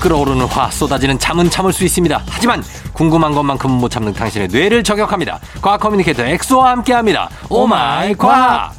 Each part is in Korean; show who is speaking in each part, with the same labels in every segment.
Speaker 1: 끓어오르는 화 쏟아지는 잠은 참을 수 있습니다. 하지만 궁금한 것만큼은 못 참는 당신의 뇌를 저격합니다. 과학 커뮤니케이터 엑소와 함께합니다. 오마이 과학.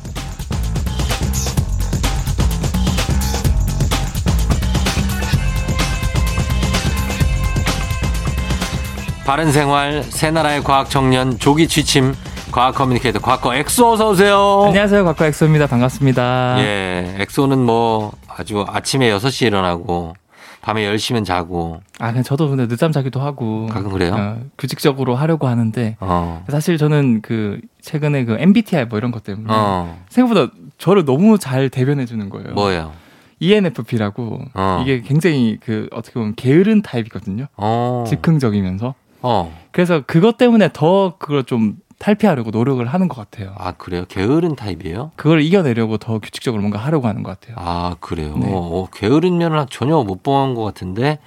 Speaker 1: 바른 생활, 새나라의 과학 청년, 조기 취침, 과학 커뮤니케이터 과거 엑소 어서 오세요.
Speaker 2: 안녕하세요. 과거 엑소입니다. 반갑습니다.
Speaker 1: 예, 엑소는 뭐 아주 아침에 6시에 일어나고 밤에 10시면 자고
Speaker 2: 아, 근데 저도 근데 늦잠 자기도 하고
Speaker 1: 가끔 아, 그래요?
Speaker 2: 어, 규칙적으로 하려고 하는데
Speaker 1: 어.
Speaker 2: 사실 저는 그 최근에 그 MBTI 뭐 이런 것 때문에
Speaker 1: 어.
Speaker 2: 생각보다 저를 너무 잘 대변해 주는 거예요.
Speaker 1: 음.
Speaker 2: E
Speaker 1: 뭐예요?
Speaker 2: ENFP라고
Speaker 1: 어.
Speaker 2: 이게 굉장히 그 어떻게 보면 게으른 타입이거든요.
Speaker 1: 어.
Speaker 2: 즉흥적이면서
Speaker 1: 어.
Speaker 2: 그래서 그것 때문에 더 그걸 좀 탈피하려고 노력을 하는 것 같아요.
Speaker 1: 아, 그래요? 게으른 타입이에요?
Speaker 2: 그걸 이겨내려고 더 규칙적으로 뭔가 하려고 하는 것 같아요.
Speaker 1: 아, 그래요?
Speaker 2: 네.
Speaker 1: 어, 게으른 면을 전혀 못 본 것 같은데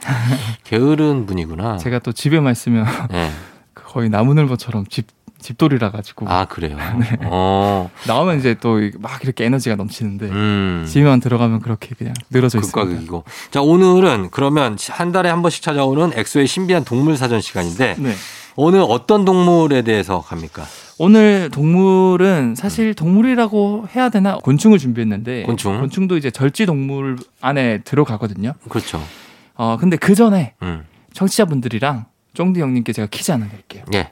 Speaker 1: 게으른 분이구나.
Speaker 2: 제가 또 집에만 있으면
Speaker 1: 예.
Speaker 2: 거의 나무늘보처럼 집 집돌이라 가지고
Speaker 1: 아, 그래요?
Speaker 2: 네.
Speaker 1: 어.
Speaker 2: 나오면 이제 또 막 이렇게 에너지가 넘치는데
Speaker 1: 음. 그러니까
Speaker 2: 집에만 들어가면 그렇게 그냥 늘어져
Speaker 1: 극과
Speaker 2: 있습니다.
Speaker 1: 극이고. 자, 오늘은 그러면 한 달에 한 번씩 찾아오는 엑소의 신비한 동물 사전 시간인데
Speaker 2: 네.
Speaker 1: 오늘 어떤 동물에 대해서 갑니까?
Speaker 2: 오늘 동물은 사실 동물이라고 해야 되나 곤충을 준비했는데
Speaker 1: 음. 곤충.
Speaker 2: 곤충도 이제 절지 동물 안에 들어가거든요.
Speaker 1: 그렇죠.
Speaker 2: 어 근데 그 전에
Speaker 1: 음.
Speaker 2: 청취자분들이랑 쫑디 형님께 제가 퀴즈 하나 낼게요.
Speaker 1: 예.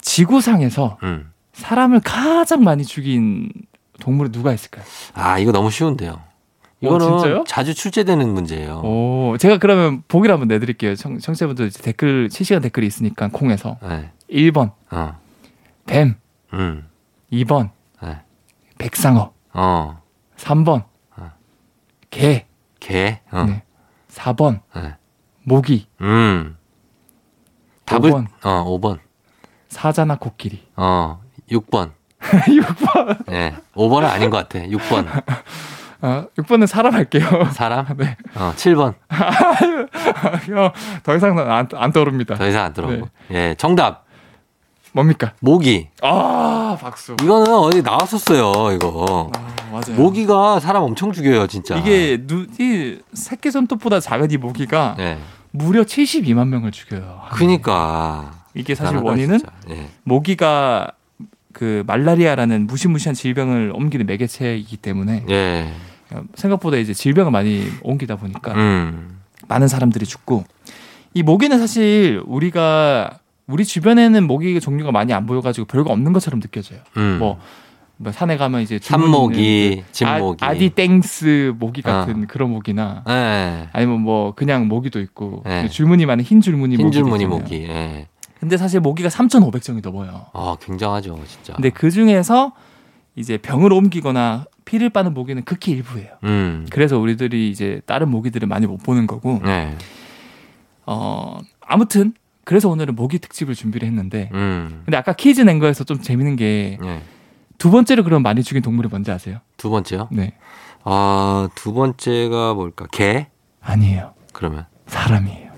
Speaker 2: 지구상에서
Speaker 1: 음.
Speaker 2: 사람을 가장 많이 죽인 동물이 누가 있을까요?
Speaker 1: 아, 이거 너무 쉬운데요.
Speaker 2: 어,
Speaker 1: 이거는
Speaker 2: 진짜요? 어.
Speaker 1: 자주 출제되는 문제예요.
Speaker 2: 오, 제가 그러면 보기를 한번 내드릴게요. 청, 청취자분들 이제 댓글 실시간 댓글이 있으니까 콩에서
Speaker 1: 네.
Speaker 2: 1번
Speaker 1: 어.
Speaker 2: 뱀,
Speaker 1: 음.
Speaker 2: 2번
Speaker 1: 네.
Speaker 2: 백상어,
Speaker 1: 어.
Speaker 2: 3번
Speaker 1: 어.
Speaker 2: 개,
Speaker 1: 개. 어.
Speaker 2: 네. 4번
Speaker 1: 네.
Speaker 2: 모기,
Speaker 1: 음. 답을
Speaker 2: 5번
Speaker 1: 어, 5번.
Speaker 2: 사자나 코끼리.
Speaker 1: 어. 6번.
Speaker 2: 6번.
Speaker 1: 예. 5번은 아닌 것 같아. 6번.
Speaker 2: 아, 6번은 살아날게요.
Speaker 1: 사람?
Speaker 2: 네.
Speaker 1: 어, 7번.
Speaker 2: 형, 어, 더 이상 안, 안 떠오릅니다.
Speaker 1: 더 이상 안 들어오고.
Speaker 2: 네.
Speaker 1: 예. 정답.
Speaker 2: 뭡니까?
Speaker 1: 모기.
Speaker 2: 아, 박수.
Speaker 1: 이거는 어디 나왔었어요, 이거.
Speaker 2: 아, 맞아요.
Speaker 1: 모기가 사람 엄청 죽여요, 진짜.
Speaker 2: 이게 눈이 새끼 손톱보다 작은 이 모기가
Speaker 1: 예.
Speaker 2: 무려 72만 명을 죽여요.
Speaker 1: 그니까.
Speaker 2: 이게 사실
Speaker 1: 대단하다,
Speaker 2: 원인은
Speaker 1: 진짜. 예.
Speaker 2: 모기가 그 말라리아라는 무시무시한 질병을 옮기는 매개체이기 때문에
Speaker 1: 예.
Speaker 2: 생각보다 이제 질병을 많이 옮기다 보니까
Speaker 1: 음.
Speaker 2: 많은 사람들이 죽고 이 모기는 사실 우리가 우리 주변에는 모기 종류가 많이 안 보여가지고 별거 없는 것처럼 느껴져요.
Speaker 1: 음.
Speaker 2: 뭐, 뭐 산에 가면 이제 주문 있는
Speaker 1: 산모기,
Speaker 2: 그
Speaker 1: 진모기.
Speaker 2: 아, 아디땡스 모기 같은 그런 모기나
Speaker 1: 예.
Speaker 2: 아니면 뭐 그냥 모기도 있고
Speaker 1: 네.
Speaker 2: 줄무늬 많은 흰 줄무늬 모기.
Speaker 1: 흰줄무늬 모기. 예.
Speaker 2: 근데 사실 모기가 3,500종이 넘어요.
Speaker 1: 아, 굉장하죠, 진짜.
Speaker 2: 근데 그 중에서 이제 병을 옮기거나 피를 빠는 모기는 극히 일부예요.
Speaker 1: 음.
Speaker 2: 그래서 우리들이 이제 다른 모기들을 많이 못 보는 거고,
Speaker 1: 네.
Speaker 2: 어, 아무튼, 그래서 오늘은 모기 특집을 준비를 했는데,
Speaker 1: 음.
Speaker 2: 근데 아까 퀴즈 낸 거에서 좀 재밌는 게 두
Speaker 1: 네.
Speaker 2: 번째로 그럼 많이 죽인 동물이 뭔지 아세요?
Speaker 1: 두 번째요?
Speaker 2: 네.
Speaker 1: 아, 두 번째가 뭘까? 개?
Speaker 2: 아니에요.
Speaker 1: 그러면
Speaker 2: 사람이에요.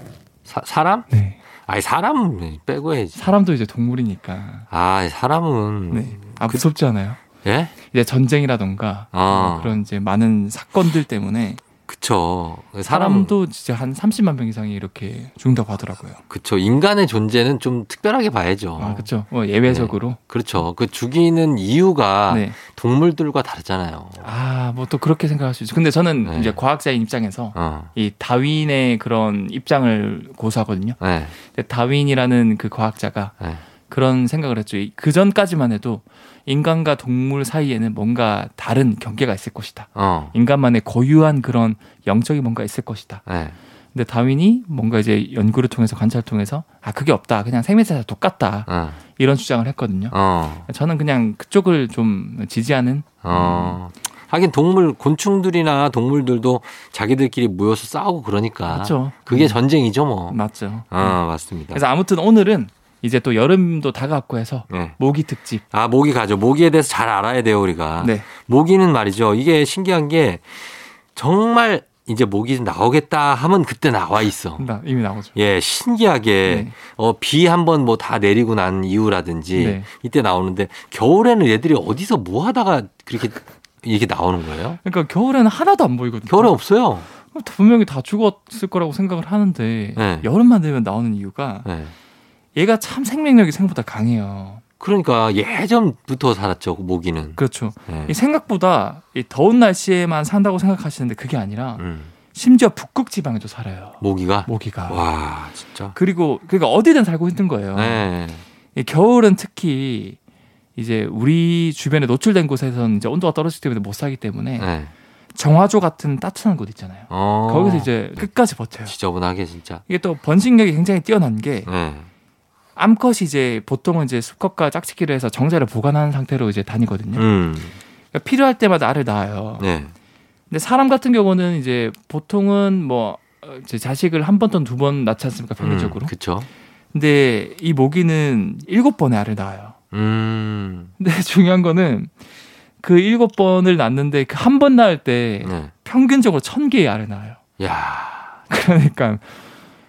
Speaker 1: 사, 사람?
Speaker 2: 네.
Speaker 1: 아니, 사람 빼고 해야지.
Speaker 2: 사람도 이제 동물이니까.
Speaker 1: 아, 사람은
Speaker 2: 네. 아, 무섭지 않아요?
Speaker 1: 예?
Speaker 2: 이제 전쟁이라던가
Speaker 1: 그 아.
Speaker 2: 그런 이제 많은 사건들 때문에
Speaker 1: 그쵸. 사람 도
Speaker 2: 사람도 진짜 한 30만 명 이상이 이렇게 죽는다고 하더라고요.
Speaker 1: 그쵸. 인간의 존재는 좀 특별하게 봐야죠.
Speaker 2: 아, 그렇죠. 뭐 예외적으로.
Speaker 1: 그렇죠. 그 죽이는 이유가
Speaker 2: 네.
Speaker 1: 동물들과 다르잖아요.
Speaker 2: 아, 뭐 또 그렇게 생각할 수 있죠. 근데 저는
Speaker 1: 네.
Speaker 2: 이제 과학자인 입장에서
Speaker 1: 어.
Speaker 2: 이 다윈의 그런 입장을 고수하거든요.
Speaker 1: 예.
Speaker 2: 근데 네, 다윈이라는 그 과학자가
Speaker 1: 예.
Speaker 2: 그런 생각을 했죠. 그 전까지만 해도 인간과 동물 사이에는 뭔가 다른 경계가 있을 것이다.
Speaker 1: 어.
Speaker 2: 인간만의 고유한 그런 영적인 뭔가 있을 것이다.
Speaker 1: 예.
Speaker 2: 근데 다윈이 뭔가 이제 연구를 통해서 관찰을 통해서 아 그게 없다 그냥 생명체가 똑같다
Speaker 1: 어.
Speaker 2: 이런 주장을 했거든요.
Speaker 1: 어.
Speaker 2: 저는 그냥 그쪽을 좀 지지하는
Speaker 1: 어. 하긴 동물 곤충들이나 동물들도 자기들끼리 모여서 싸우고 그러니까
Speaker 2: 맞죠.
Speaker 1: 그게
Speaker 2: 음,
Speaker 1: 전쟁이죠 뭐.
Speaker 2: 맞죠.
Speaker 1: 아 맞습니다.
Speaker 2: 그래서 아무튼 오늘은 이제 또 여름도 다가왔고 해서
Speaker 1: 네.
Speaker 2: 모기 특집.
Speaker 1: 아 모기 가죠. 모기에 대해서 잘 알아야 돼요 우리가.
Speaker 2: 네.
Speaker 1: 모기는 말이죠. 이게 신기한 게 정말 이제 모기 나오겠다 하면 그때 나와 있어.
Speaker 2: 나 네, 이미 나오죠.
Speaker 1: 예, 신기하게
Speaker 2: 음. 네.
Speaker 1: 어, 비 한 번 뭐 다 내리고 난 이후라든지
Speaker 2: 네.
Speaker 1: 이때 나오는데 겨울에는 얘들이 어디서 뭐 하다가 그렇게 이게 나오는 거예요?
Speaker 2: 그러니까 겨울에는 하나도 안 보이거든요.
Speaker 1: 겨울에 없어요.
Speaker 2: 분명히 다 죽었을 거라고 생각을 하는데
Speaker 1: 네.
Speaker 2: 여름만 되면 나오는 이유가
Speaker 1: 네.
Speaker 2: 얘가 참 생명력이 생각보다 강해요.
Speaker 1: 그러니까 예전부터 살았죠 모기는.
Speaker 2: 그렇죠.
Speaker 1: 네.
Speaker 2: 이 생각보다 이 더운 날씨에만 산다고 생각하시는데 그게 아니라
Speaker 1: 음.
Speaker 2: 심지어 북극 지방에도 살아요.
Speaker 1: 모기가
Speaker 2: 모기가.
Speaker 1: 와 진짜.
Speaker 2: 그리고 그러니까 어디든 살고 힘든 거예요.
Speaker 1: 네.
Speaker 2: 이 겨울은 특히 이제 우리 주변에 노출된 곳에서는 이제 온도가 떨어지기 때문에 못 살기 때문에
Speaker 1: 네.
Speaker 2: 정화조 같은 따뜻한 곳 있잖아요.
Speaker 1: 어.
Speaker 2: 거기서 이제 끝까지 버텨요.
Speaker 1: 지저분하게 진짜.
Speaker 2: 이게 또 번식력이 굉장히 뛰어난 게
Speaker 1: 네.
Speaker 2: 암컷이 이제 보통은 이제 수컷과 짝짓기를 해서 정자를 보관하는 상태로 이제 다니거든요.
Speaker 1: 음.
Speaker 2: 그러니까 필요할 때마다 알을 낳아요.
Speaker 1: 네.
Speaker 2: 근데 사람 같은 경우는 이제 보통은 뭐 어, 이제 자식을 한 번 또는 두 번 낳지 않습니까 평균적으로.
Speaker 1: 음, 그쵸.
Speaker 2: 근데 이 모기는 일곱 번의 알을 낳아요.
Speaker 1: 음.
Speaker 2: 근데 중요한 거는 그 일곱 번을 낳는데 그 한 번 낳을 때
Speaker 1: 네.
Speaker 2: 평균적으로 천 개의 알을 낳아요.
Speaker 1: 야.
Speaker 2: 그러니까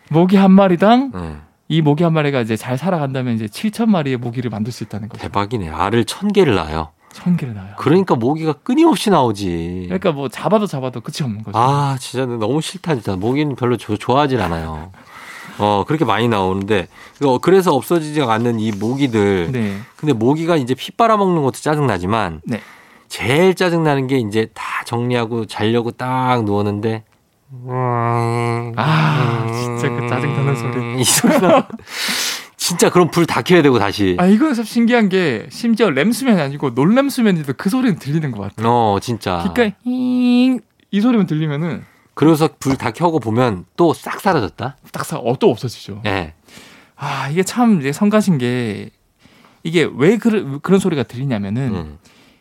Speaker 2: 모기 한 마리당
Speaker 1: 네.
Speaker 2: 이 모기 한 마리가 이제 잘 살아간다면 이제 7천 마리의 모기를 만들 수 있다는 거죠.
Speaker 1: 대박이네. 알을 천 개를 낳아요.
Speaker 2: 천 개를 낳아요.
Speaker 1: 그러니까 모기가 끊임없이 나오지.
Speaker 2: 그러니까 뭐 잡아도 잡아도 끝이 없는 거죠.
Speaker 1: 예. 아, 진짜 너무 싫다, 진짜. 모기는 별로 조- 좋아하진 않아요. 어, 그렇게 많이 나오는데. 어, 그래서 없어지지 않는 이 모기들.
Speaker 2: 네.
Speaker 1: 근데 모기가 이제 피 빨아먹는 것도 짜증나지만.
Speaker 2: 네.
Speaker 1: 제일 짜증나는 게 이제 다 정리하고 자려고 딱 누웠는데.
Speaker 2: 아, 진짜 그 짜증나는 소리.
Speaker 1: 음, 이 소리가. 진짜 그럼 불 다 켜야 되고 다시.
Speaker 2: 아 이건 참 신기한 게 심지어 램수면이 아니고 논램수면인데도 그 소리는 들리는 것 같아.
Speaker 1: 어, 진짜.
Speaker 2: 그러니까 잉, 이 소리만 들리면은
Speaker 1: 그래서 불 다 켜고 보면 또 싹 사라졌다.
Speaker 2: 딱사어또 없어지죠.
Speaker 1: 예.
Speaker 2: 아 이게 참 이제 성가신 게 이게 왜 그런 그런 소리가 들리냐면은
Speaker 1: 음.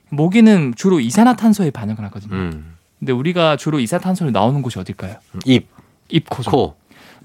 Speaker 2: 모기는 주로 이산화탄소에 반응을 하거든요.
Speaker 1: 음.
Speaker 2: 근데 우리가 주로 이산화탄소를 나오는 곳이 어딜까요?
Speaker 1: 입,
Speaker 2: 입, 코. 죠
Speaker 1: 코.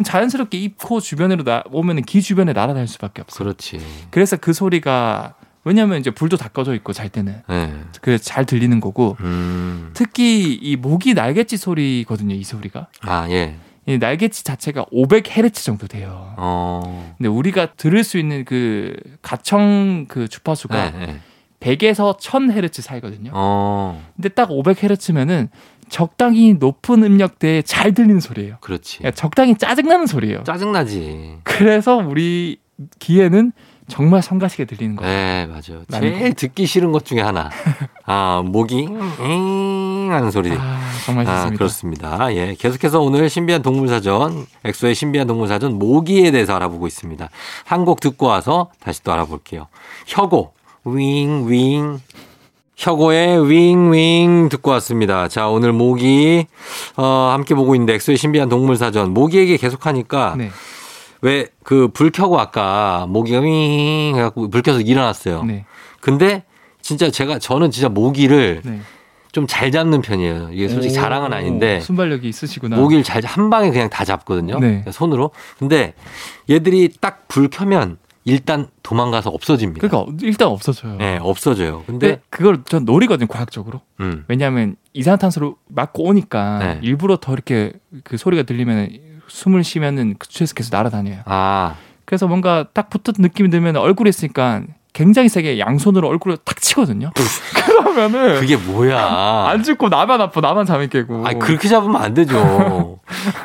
Speaker 2: 자연스럽게 입, 코 주변으로 나, 오면은 귀 주변에 날아다닐 수밖에 없어요.
Speaker 1: 그렇지.
Speaker 2: 그래서 그 소리가 왜냐하면 이제 불도 다 꺼져 있고 잘 때는
Speaker 1: 예.
Speaker 2: 그 잘 들리는 거고
Speaker 1: 음.
Speaker 2: 특히 이 모기 날갯짓 소리거든요 이 소리가
Speaker 1: 아, 예.
Speaker 2: 이 날갯짓 자체가 500헤르츠 정도 돼요.
Speaker 1: 어.
Speaker 2: 근데 우리가 들을 수 있는 그 가청 그 주파수가
Speaker 1: 예, 예.
Speaker 2: 100에서 1000헤르츠 사이거든요.
Speaker 1: 어.
Speaker 2: 근데 딱 500헤르츠면은 적당히 높은 음역대에 잘 들리는 소리예요.
Speaker 1: 그렇지.
Speaker 2: 그러니까 적당히 짜증나는 소리예요.
Speaker 1: 짜증나지.
Speaker 2: 그래서 우리 귀에는 정말 성가시게 들리는 거예요.
Speaker 1: 예, 맞아요.
Speaker 2: 나는
Speaker 1: 제일 듣기 싫은 것 중에 하나. 아, 모기 잉 하는 소리.
Speaker 2: 아, 정말
Speaker 1: 아,
Speaker 2: 좋습니다.
Speaker 1: 그렇습니다. 예. 계속해서 오늘 신비한 동물사전, 엑소의 신비한 동물사전 모기에 대해서 알아보고 있습니다. 한 곡 듣고 와서 다시 또 알아볼게요. 혁오, 윙, 윙. 혁오의 윙, 윙 듣고 왔습니다. 자, 오늘 모기, 어, 함께 보고 있는데 엑소의 신비한 동물사전. 모기에게 계속하니까
Speaker 2: 네,
Speaker 1: 왜 그 불 켜고 아까 모기가 윙 해갖고 불 켜서 일어났어요.
Speaker 2: 네,
Speaker 1: 근데 진짜 제가, 저는 진짜 모기를
Speaker 2: 네.
Speaker 1: 좀 잘 잡는 편이에요. 이게 솔직히
Speaker 2: 오,
Speaker 1: 자랑은 아닌데.
Speaker 2: 순발력이 있으시구나.
Speaker 1: 모기를 잘 한 방에 그냥 다 잡거든요. 그러니까
Speaker 2: 네.
Speaker 1: 손으로. 근데 얘들이 딱 불 켜면 일단 도망가서 없어집니다.
Speaker 2: 그러니까 일단 없어져요.
Speaker 1: 네, 없어져요. 근데
Speaker 2: 근데 그걸 전 노리거든요 과학적으로.
Speaker 1: 음.
Speaker 2: 왜냐하면 이산화탄소를 맞고 오니까
Speaker 1: 네.
Speaker 2: 일부러 더 이렇게 그 소리가 들리면 숨을 쉬면은 그 취해서 계속 날아다녀요.
Speaker 1: 아,
Speaker 2: 그래서 뭔가 딱 붙은 느낌이 들면 얼굴에 있으니까 굉장히 세게 양손으로 얼굴을 탁 치거든요. 그러면은
Speaker 1: 그게 뭐야?
Speaker 2: 안 죽고 나만 아파 나만 잠이 깨고.
Speaker 1: 아, 그렇게 잡으면 안 되죠.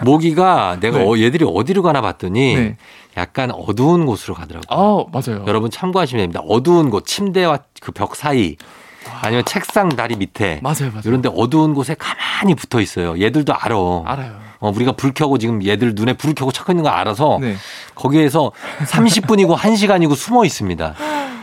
Speaker 1: 모기가 내가
Speaker 2: 네.
Speaker 1: 어, 얘들이 어디로 가나 봤더니
Speaker 2: 네.
Speaker 1: 약간 어두운 곳으로 가더라고요.
Speaker 2: 아 맞아요.
Speaker 1: 어. 여러분 참고하시면 됩니다. 어두운 곳, 침대와 그 벽 사이 아니면 책상 다리 밑에
Speaker 2: 맞아요 맞아요.
Speaker 1: 이런데 어두운 곳에 가만히 붙어 있어요. 얘들도 알아.
Speaker 2: 알아요.
Speaker 1: 어, 우리가 불 켜고 지금 얘들 눈에 불을 켜고 찾고 있는 거 알아서
Speaker 2: 네.
Speaker 1: 거기에서 30분이고 1시간이고 숨어 있습니다.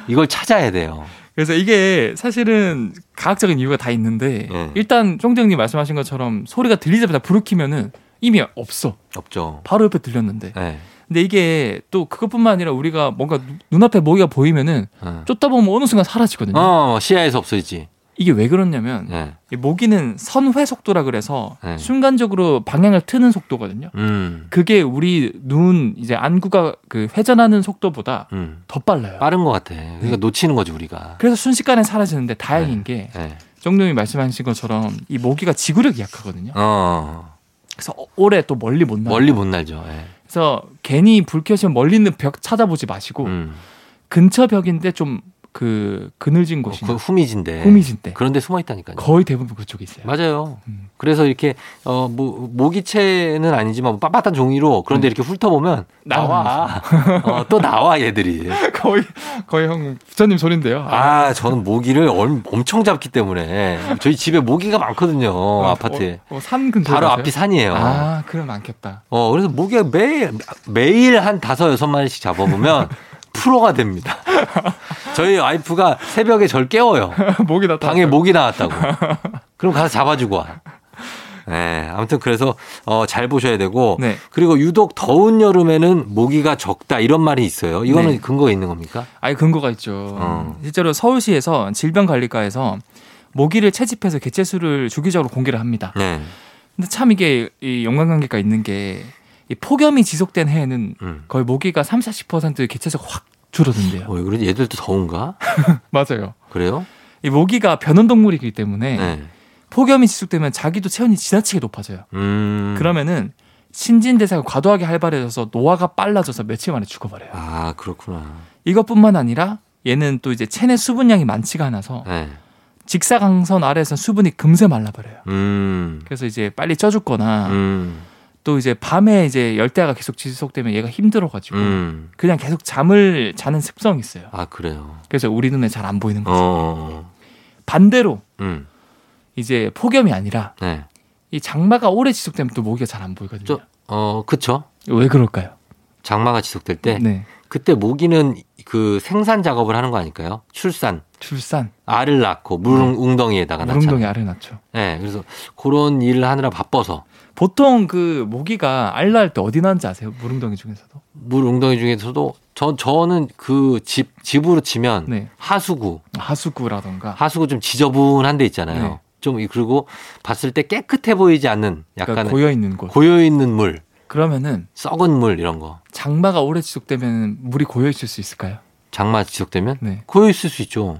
Speaker 1: 이걸 찾아야 돼요.
Speaker 2: 그래서 이게 사실은 과학적인 이유가 다 있는데
Speaker 1: 네.
Speaker 2: 일단 쫑정님 말씀하신 것처럼 소리가 들리자마자 불을 켜면은 이미 없어.
Speaker 1: 없죠.
Speaker 2: 바로 옆에 들렸는데.
Speaker 1: 예.
Speaker 2: 근데 이게 또 그것뿐만 아니라 우리가 뭔가 눈- 눈앞에 모기가 보이면은
Speaker 1: 예.
Speaker 2: 쫓다 보면 어느 순간 사라지거든요.
Speaker 1: 어, 시야에서 없어지지.
Speaker 2: 이게 왜 그러냐면
Speaker 1: 예.
Speaker 2: 이 모기는 선회 속도라 그래서
Speaker 1: 네.
Speaker 2: 순간적으로 방향을 트는 속도거든요.
Speaker 1: 음.
Speaker 2: 그게 우리 눈 이제 안구가 그 회전하는 속도보다
Speaker 1: 음.
Speaker 2: 더 빨라요.
Speaker 1: 빠른 것 같아. 그러니까
Speaker 2: 네.
Speaker 1: 놓치는 거지, 우리가.
Speaker 2: 그래서 순식간에 사라지는데 다행인 게
Speaker 1: 예.
Speaker 2: 정동이 말씀하신 것처럼 이 모기가 지구력이 약하거든요.
Speaker 1: 어.
Speaker 2: 그래서 오래 또 멀리 못 나.
Speaker 1: 멀리 못 날죠. 예.
Speaker 2: 어, 그래서 괜히 불 켜시면 멀리 있는 벽 찾아보지 마시고
Speaker 1: 음.
Speaker 2: 근처 벽인데 좀 그 그늘진
Speaker 1: 어,
Speaker 2: 곳이나
Speaker 1: 그 후미진데.
Speaker 2: 후미진 때
Speaker 1: 그런데 숨어 있다니까요.
Speaker 2: 거의 대부분 그쪽에 있어요.
Speaker 1: 맞아요.
Speaker 2: 음.
Speaker 1: 그래서 이렇게 어 뭐 모기채는 아니지만 뭐 빳빳한 종이로
Speaker 2: 음.
Speaker 1: 그런데 이렇게 훑어보면 나와 어, 또 나와 얘들이.
Speaker 2: 거의 거의 형 부처님 소린데요.
Speaker 1: 아 저는 모기를 얼- 엄청 잡기 때문에 저희 집에 모기가 많거든요 아파트에
Speaker 2: 어, 어, 산 근처
Speaker 1: 바로 앞이 산이에요.
Speaker 2: 아 그럼 많겠다.
Speaker 1: 어 그래서 모기가 매일 매일 한 다섯 여섯 마리씩 잡아보면 프로가 됩니다. 저희 와이프가 새벽에 절 깨워요.
Speaker 2: 목이 나
Speaker 1: 방에 모기 나왔다고. 그럼 가서 잡아주고 와. 네, 아무튼 그래서 어, 잘 보셔야 되고
Speaker 2: 네.
Speaker 1: 그리고 유독 더운 여름에는 모기가 적다 이런 말이 있어요. 이거는
Speaker 2: 네.
Speaker 1: 근거가 있는 겁니까?
Speaker 2: 아예 근거가 있죠.
Speaker 1: 어.
Speaker 2: 실제로 서울시에서 질병관리과에서 모기를 채집해서 개체수를 주기적으로 공개를 합니다.
Speaker 1: 네.
Speaker 2: 근데 참 이게 이 연관관계가 있는 게 이 폭염이 지속된 해에는
Speaker 1: 음.
Speaker 2: 거의 모기가 3, 40% 개체수가 확 줄어든대요.
Speaker 1: 어, 그래 얘들도 더운가?
Speaker 2: 맞아요.
Speaker 1: 그래요?
Speaker 2: 이 모기가 변온동물이기 때문에
Speaker 1: 네.
Speaker 2: 폭염이 지속되면 자기도 체온이 지나치게 높아져요.
Speaker 1: 음.
Speaker 2: 그러면은 신진대사가 과도하게 활발해져서 노화가 빨라져서 며칠 만에 죽어버려요.
Speaker 1: 아 그렇구나.
Speaker 2: 이것뿐만 아니라 얘는 또 이제 체내 수분량이 많지가 않아서
Speaker 1: 네.
Speaker 2: 직사광선 아래에서 수분이 금세 말라버려요.
Speaker 1: 음.
Speaker 2: 그래서 이제 빨리 쪄죽거나
Speaker 1: 음.
Speaker 2: 또 이제 밤에 이제 열대야가 계속 지속되면 얘가 힘들어가지고
Speaker 1: 음.
Speaker 2: 그냥 계속 잠을 자는 습성이 있어요.
Speaker 1: 아 그래요.
Speaker 2: 그래서 우리 눈에 잘 안 보이는
Speaker 1: 어,
Speaker 2: 거죠.
Speaker 1: 어. 어.
Speaker 2: 반대로
Speaker 1: 음.
Speaker 2: 이제 폭염이 아니라
Speaker 1: 네.
Speaker 2: 이 장마가 오래 지속되면 또 모기가 잘 안 보이거든요.
Speaker 1: 저- 어 그쵸.
Speaker 2: 왜 그럴까요?
Speaker 1: 장마가 지속될 때
Speaker 2: 네.
Speaker 1: 그때 모기는 그 생산 작업을 하는 거 아닐까요? 출산.
Speaker 2: 출산,
Speaker 1: 알을 낳고 물
Speaker 2: 네.
Speaker 1: 웅덩이에다가 낳잖아요.
Speaker 2: 무릉동이 알을 낳죠.
Speaker 1: 네, 그래서 그런 일을 하느라 바빠서
Speaker 2: 보통 그 모기가 알 낳을 때 어디 낳는지 아세요? 무릉동이 중에서도.
Speaker 1: 물 웅덩이 중에서도 저 저는 그 집 집으로 치면
Speaker 2: 네.
Speaker 1: 하수구
Speaker 2: 하수구라던가.
Speaker 1: 하수구 좀 지저분한 데 있잖아요.
Speaker 2: 네.
Speaker 1: 좀 이- 그리고 봤을 때 깨끗해 보이지 않는
Speaker 2: 그러니까
Speaker 1: 약간
Speaker 2: 고여 있는 곳.
Speaker 1: 고여 있는 물,
Speaker 2: 그러면은
Speaker 1: 썩은 물 이런 거
Speaker 2: 장마가 오래 지속되면 물이 고여 있을 수 있을까요?
Speaker 1: 장마 지속되면
Speaker 2: 네.
Speaker 1: 고여 있을 수 있죠.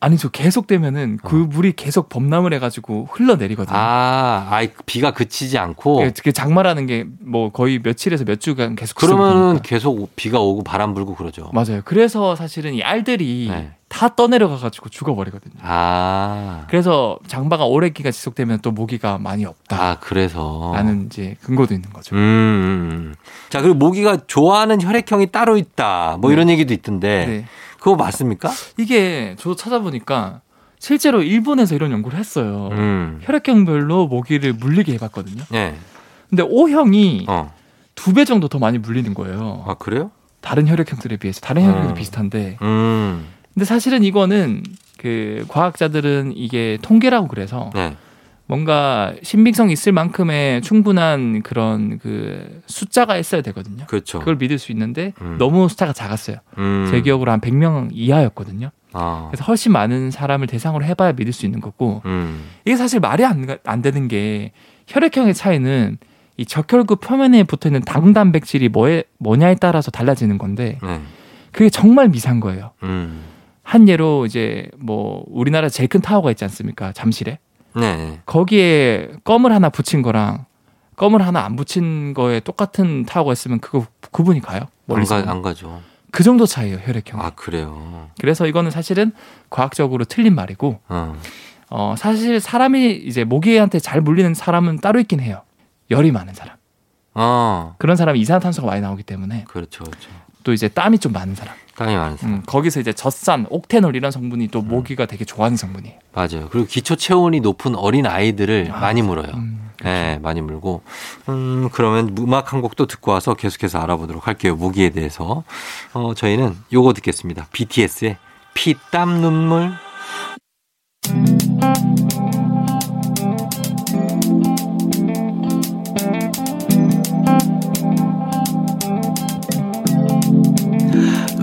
Speaker 2: 아니죠. 계속되면은 그
Speaker 1: 어.
Speaker 2: 물이 계속 범람을 해가지고 흘러내리거든요.
Speaker 1: 아, 아 비가 그치지 않고
Speaker 2: 네. 그게- 그게 예, 장마라는 게 뭐 거의 며칠에서 몇 주간 계속
Speaker 1: 그러면은
Speaker 2: 지속되니까.
Speaker 1: 계속 비가 오고 바람 불고 그러죠.
Speaker 2: 맞아요. 그래서 사실은 이 알들이
Speaker 1: 네.
Speaker 2: 다 떠내려가가지고 죽어버리거든요.
Speaker 1: 아,
Speaker 2: 그래서 장마가 오래 기간 지속되면 또 모기가 많이 없다.
Speaker 1: 아 그래서
Speaker 2: 라는 이제 근거도 있는 거죠.
Speaker 1: 음. 자, 그리고 모기가 좋아하는 혈액형이 따로 있다. 뭐
Speaker 2: 네.
Speaker 1: 이런 얘기도 있던데.
Speaker 2: 네.
Speaker 1: 그거 맞습니까?
Speaker 2: 이게 저도 찾아보니까 실제로 일본에서 이런 연구를 했어요.
Speaker 1: 음.
Speaker 2: 혈액형별로 모기를 물리게 해봤거든요.
Speaker 1: 네.
Speaker 2: 근데 O형이
Speaker 1: 어.
Speaker 2: 두 배 정도 더 많이 물리는 거예요.
Speaker 1: 아, 그래요?
Speaker 2: 다른 혈액형들에 비해서 다른 혈액형도
Speaker 1: 음.
Speaker 2: 비슷한데
Speaker 1: 음.
Speaker 2: 근데 사실은 이거는 그 과학자들은 이게 통계라고 그래서
Speaker 1: 네.
Speaker 2: 뭔가 신빙성 이 있을 만큼의 충분한 그런 그 숫자가 있어야 되거든요.
Speaker 1: 그렇죠.
Speaker 2: 그걸 믿을 수 있는데
Speaker 1: 음.
Speaker 2: 너무 숫자가 작았어요.
Speaker 1: 음.
Speaker 2: 제 기억으로 한 100명 이하였거든요.
Speaker 1: 아.
Speaker 2: 그래서 훨씬 많은 사람을 대상으로 해봐야 믿을 수 있는 거고
Speaker 1: 음.
Speaker 2: 이게 사실 말이 안, 가- 안 되는 게 혈액형의 차이는 이 적혈구 표면에 붙어 있는 당단백질이 뭐에 뭐냐에 따라서 달라지는 건데
Speaker 1: 네.
Speaker 2: 그게 정말 미세한 거예요.
Speaker 1: 음.
Speaker 2: 한 예로 이제 뭐 우리나라 제일 큰 타워가 있지 않습니까? 잠실에
Speaker 1: 네. 네.
Speaker 2: 거기에 껌을 하나 붙인 거랑 껌을 하나 안 붙인 거에 똑같은 타워가 있으면 그거 구분이 가요?
Speaker 1: 안,
Speaker 2: 머릿속에?
Speaker 1: 가, 안 가죠.
Speaker 2: 그 정도 차이예요 혈액형.
Speaker 1: 아, 그래요.
Speaker 2: 그래서 이거는 사실은 과학적으로 틀린 말이고
Speaker 1: 어.
Speaker 2: 어 사실 사람이 이제 모기한테 잘 물리는 사람은 따로 있긴 해요. 열이 많은 사람.
Speaker 1: 어.
Speaker 2: 그런 사람은 이산화탄소가 많이 나오기 때문에
Speaker 1: 그렇죠. 그렇죠.
Speaker 2: 또 이제 땀이 좀 많은 사람.
Speaker 1: 땀이 많은 사람.
Speaker 2: 음, 거기서 이제 젖산, 옥테놀 이런 성분이 또 모기가 되게 좋아하는 성분이에요.
Speaker 1: 맞아요. 그리고 기초 체온이 높은 어린 아이들을
Speaker 2: 아.
Speaker 1: 많이 물어요.
Speaker 2: 음,
Speaker 1: 네, 많이 물고. 음, 그러면 음악 한 곡도 듣고 와서 계속해서 알아보도록 할게요. 모기에 대해서. 어, 저희는 요거 듣겠습니다. BTS의 피 땀 눈물.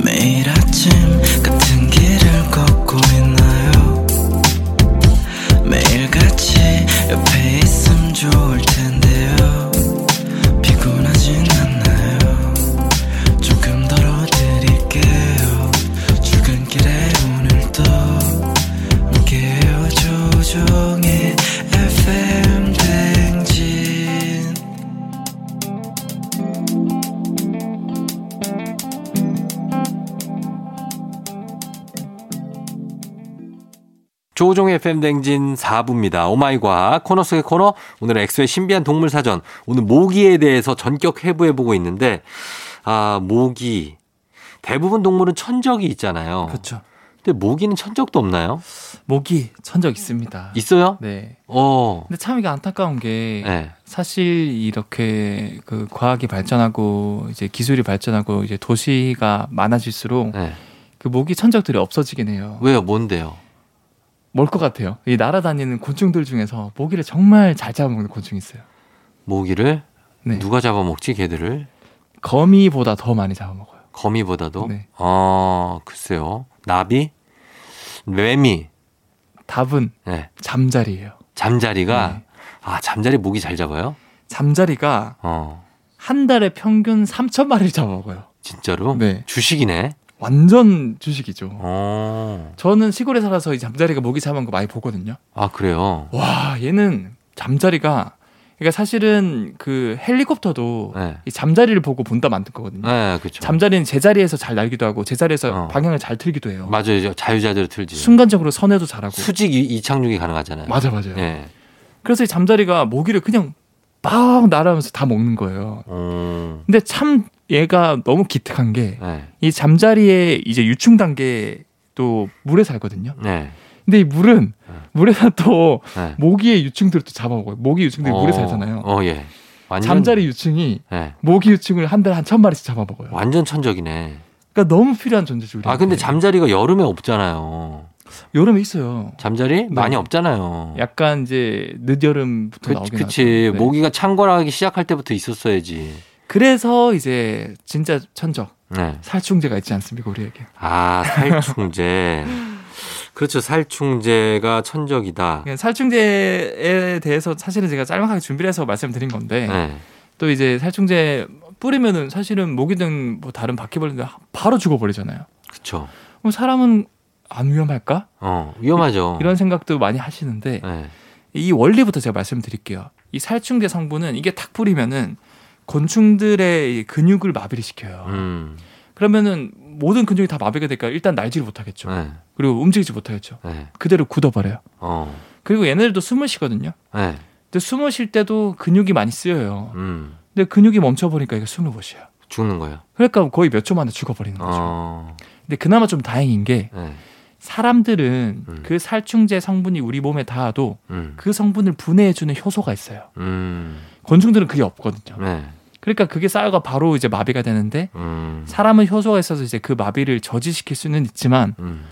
Speaker 3: 매일 아침 같은 길을 걷고 있나요 매일 같이 옆에 있음 좋을 텐데요 피곤하진 않나요 조금 덜어드릴게요 출근길에 오늘도 함께해요 조종의
Speaker 1: 조종의 팬댕진 4부입니다. 오마이과 코너 속의 코너 오늘은 엑소의 신비한 동물 사전 오늘 모기에 대해서 전격 해부해 보고 있는데 아 모기 대부분 동물은 천적이 있잖아요.
Speaker 2: 그렇죠.
Speaker 1: 근데 모기는 천적도 없나요?
Speaker 2: 모기 천적 있습니다.
Speaker 1: 음. 있어요?
Speaker 2: 네.
Speaker 1: 어.
Speaker 2: 근데 참 이게 안타까운 게
Speaker 1: 네.
Speaker 2: 사실 이렇게 그 과학이 발전하고 이제 기술이 발전하고 이제 도시가 많아질수록
Speaker 1: 네.
Speaker 2: 그 모기 천적들이 없어지긴 해요.
Speaker 1: 왜요? 뭔데요?
Speaker 2: 뭘 것 같아요? 이 날아다니는 곤충들 중에서 모기를 정말 잘 잡아먹는 곤충이 있어요.
Speaker 1: 모기를
Speaker 2: 네.
Speaker 1: 누가 잡아먹지? 개들을
Speaker 2: 거미보다 더 많이 잡아먹어요.
Speaker 1: 거미보다도.
Speaker 2: 네.
Speaker 1: 어 글쎄요. 나비, 매미,
Speaker 2: 답은
Speaker 1: 네.
Speaker 2: 잠자리예요.
Speaker 1: 잠자리가
Speaker 2: 네.
Speaker 1: 아 잠자리 모기 잘 잡아요?
Speaker 2: 잠자리가
Speaker 1: 어
Speaker 2: 한 달에 평균 3천 마리를 잡아먹어요.
Speaker 1: 진짜로?
Speaker 2: 네.
Speaker 1: 주식이네.
Speaker 2: 완전 주식이죠.
Speaker 1: 어.
Speaker 2: 저는 시골에 살아서 이 잠자리가 모기 잡은 거 많이 보거든요.
Speaker 1: 아 그래요.
Speaker 2: 와 얘는 잠자리가 그러니까 사실은 그 헬리콥터도
Speaker 1: 네.
Speaker 2: 이 잠자리를 보고 본다 만든 거거든요.
Speaker 1: 네, 그렇죠.
Speaker 2: 잠자리는 제자리에서 잘 날기도 하고 제자리에서
Speaker 1: 어.
Speaker 2: 방향을 잘 틀기도 해요.
Speaker 1: 맞아요. 이제 자유자재로 틀지.
Speaker 2: 순간적으로 선회도 잘하고.
Speaker 1: 수직 이- 이착륙이 가능하잖아요.
Speaker 2: 맞아 맞아요.
Speaker 1: 네.
Speaker 2: 그래서 이 잠자리가 모기를 그냥 막 날아오면서 다 먹는 거예요.
Speaker 1: 음.
Speaker 2: 근데 참 얘가 너무 기특한 게 이
Speaker 1: 네.
Speaker 2: 잠자리의 이제 유충 단계 또 물에 살거든요.
Speaker 1: 네.
Speaker 2: 근데 이 물은
Speaker 1: 네.
Speaker 2: 물에서 또
Speaker 1: 네.
Speaker 2: 모기의 유충들을 또 잡아먹어요. 모기 유충들이 물에
Speaker 1: 어,
Speaker 2: 살잖아요.
Speaker 1: 어 예. 완전
Speaker 2: 잠자리 유충이
Speaker 1: 네.
Speaker 2: 모기 유충을 한 달에 한 천 마리씩 잡아먹어요.
Speaker 1: 완전 천적이네.
Speaker 2: 그러니까 너무 필요한 존재죠. 우리한테.
Speaker 1: 아 근데 잠자리가 여름에 없잖아요.
Speaker 2: 여름에 있어요.
Speaker 1: 잠자리 많이
Speaker 2: 네.
Speaker 1: 없잖아요.
Speaker 2: 약간 이제 늦여름부터
Speaker 1: 그,
Speaker 2: 나오긴
Speaker 1: 그치
Speaker 2: 하죠. 네.
Speaker 1: 모기가 창궐하기 시작할 때부터 있었어야지.
Speaker 2: 그래서 이제 진짜 천적
Speaker 1: 네.
Speaker 2: 살충제가 있지 않습니까 우리에게.
Speaker 1: 아 살충제. 그렇죠 살충제가 천적이다.
Speaker 2: 그냥 살충제에 대해서 사실은 제가 짤막하게 준비를 해서 말씀드린 건데
Speaker 1: 네.
Speaker 2: 또 이제 살충제 뿌리면은 사실은 모기든 뭐 다른 바퀴벌레든 바로 죽어버리잖아요.
Speaker 1: 그렇죠.
Speaker 2: 그럼 사람은 안 위험할까?
Speaker 1: 어 위험하죠.
Speaker 2: 이런 생각도 많이 하시는데
Speaker 1: 네.
Speaker 2: 이 원리부터 제가 말씀드릴게요. 이 살충제 성분은 이게 탁 뿌리면은 곤충들의 이 근육을 마비를 시켜요.
Speaker 1: 음.
Speaker 2: 그러면은 모든 근육이 다 마비가 될까 일단 날지를 못하겠죠.
Speaker 1: 네.
Speaker 2: 그리고 움직이지 못하겠죠.
Speaker 1: 네.
Speaker 2: 그대로 굳어버려요.
Speaker 1: 어.
Speaker 2: 그리고 얘네들도 숨을 쉬거든요.
Speaker 1: 네.
Speaker 2: 근데 숨을 쉴 때도 근육이 많이 쓰여요.
Speaker 1: 음.
Speaker 2: 근데 근육이 멈춰버리니까 이게 숨을 못 쉬어요.
Speaker 1: 죽는 거예요.
Speaker 2: 그러니까 거의 몇 초 만에 죽어버리는 거죠.
Speaker 1: 어.
Speaker 2: 근데 그나마 좀 다행인 게
Speaker 1: 네.
Speaker 2: 사람들은
Speaker 1: 음.
Speaker 2: 그 살충제 성분이 우리 몸에 닿아도
Speaker 1: 음.
Speaker 2: 그 성분을 분해해주는 효소가 있어요.
Speaker 1: 음.
Speaker 2: 곤충들은 그게 없거든요.
Speaker 1: 네.
Speaker 2: 그러니까 그게 쌓여가 바로 이제 마비가 되는데
Speaker 1: 음.
Speaker 2: 사람은 효소가 있어서 이제 그 마비를 저지시킬 수는 있지만
Speaker 1: 음.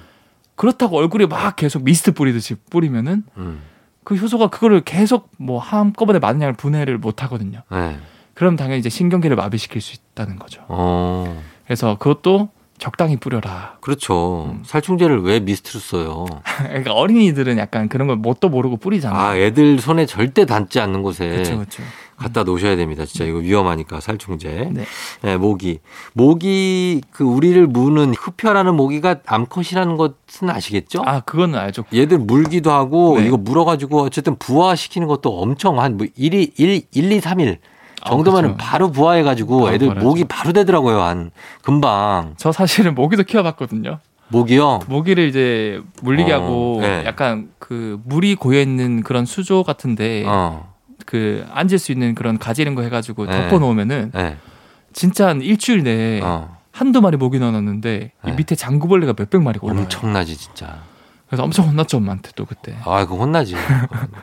Speaker 2: 그렇다고 얼굴에 막 계속 미스트 뿌리듯이 뿌리면은
Speaker 1: 음.
Speaker 2: 그 효소가 그거를 계속 뭐 한꺼번에 많은 양을 분해를 못 하거든요.
Speaker 1: 네.
Speaker 2: 그럼 당연히 이제 신경계를 마비시킬 수 있다는 거죠.
Speaker 1: 어. 그래서
Speaker 2: 그래서 그것도 적당히 뿌려라.
Speaker 1: 그렇죠.
Speaker 2: 음.
Speaker 1: 살충제를 왜 미스트로 써요?
Speaker 2: 그러니까 어린이들은 약간 그런 걸 뭣도 모르고 뿌리잖아요.
Speaker 1: 아, 예. 애들 손에 절대 닿지 않는 곳에
Speaker 2: 그렇죠, 그렇죠.
Speaker 1: 갖다 놓으셔야 됩니다. 진짜 이거 위험하니까 살충제.
Speaker 2: 네.
Speaker 1: 네, 모기. 모기 그 우리를 무는 흡혈하는 모기가 암컷이라는 것은 아시겠죠?
Speaker 2: 아, 그거는 알죠.
Speaker 1: 얘들 물기도 하고
Speaker 2: 네.
Speaker 1: 이거 물어가지고 어쨌든 부화시키는 것도 엄청 한뭐 1, 1, 1, 2, 3일
Speaker 2: 아,
Speaker 1: 정도면은
Speaker 2: 그렇죠.
Speaker 1: 바로 부화해가지고
Speaker 2: 바로
Speaker 1: 애들
Speaker 2: 부화를
Speaker 1: 모기 바로 되더라고요 한 금방
Speaker 2: 저 사실은 모기도 키워봤거든요.
Speaker 1: 모기요.
Speaker 2: 모기를 이제 물리게
Speaker 1: 어,
Speaker 2: 하고
Speaker 1: 네.
Speaker 2: 약간 그 물이 고여 있는 그런 수조 같은데
Speaker 1: 어,
Speaker 2: 그 앉을 수 있는 그런 가지 이런 거 해가지고
Speaker 1: 네.
Speaker 2: 덮어 놓으면은
Speaker 1: 네.
Speaker 2: 진짜 한 일주일 내에
Speaker 1: 어,
Speaker 2: 한두 마리 모기 넣어놨는데 이
Speaker 1: 네.
Speaker 2: 밑에 장구벌레가 몇백 마리가 올라요.
Speaker 1: 엄청나지 진짜.
Speaker 2: 그래서 엄청 혼났죠 엄마한테 또 그때.
Speaker 1: 아, 그거 혼나지.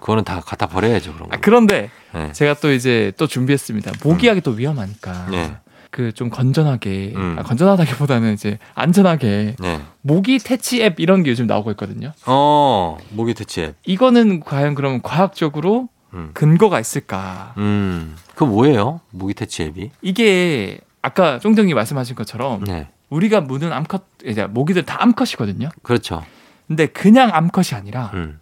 Speaker 1: 그거는 다 갖다 버려야죠 그런 거.
Speaker 2: 아, 그런데
Speaker 1: 네.
Speaker 2: 제가 또 이제 또 준비했습니다. 모기약이 또 위험하니까
Speaker 1: 음. 네.
Speaker 2: 그 좀 건전하게
Speaker 1: 음.
Speaker 2: 아, 건전하다기보다는 이제 안전하게
Speaker 1: 네.
Speaker 2: 모기 퇴치 앱 이런 게 요즘 나오고 있거든요.
Speaker 1: 어, 모기 퇴치 앱.
Speaker 2: 이거는 과연 그럼 과학적으로
Speaker 1: 음.
Speaker 2: 근거가 있을까?
Speaker 1: 음. 그 뭐예요? 모기 퇴치 앱이?
Speaker 2: 이게 아까 쫑정이 말씀하신 것처럼
Speaker 1: 네.
Speaker 2: 우리가 무는 암컷 이제 모기들 다 암컷이거든요.
Speaker 1: 그렇죠.
Speaker 2: 근데 그냥 암컷이 아니라
Speaker 1: 음.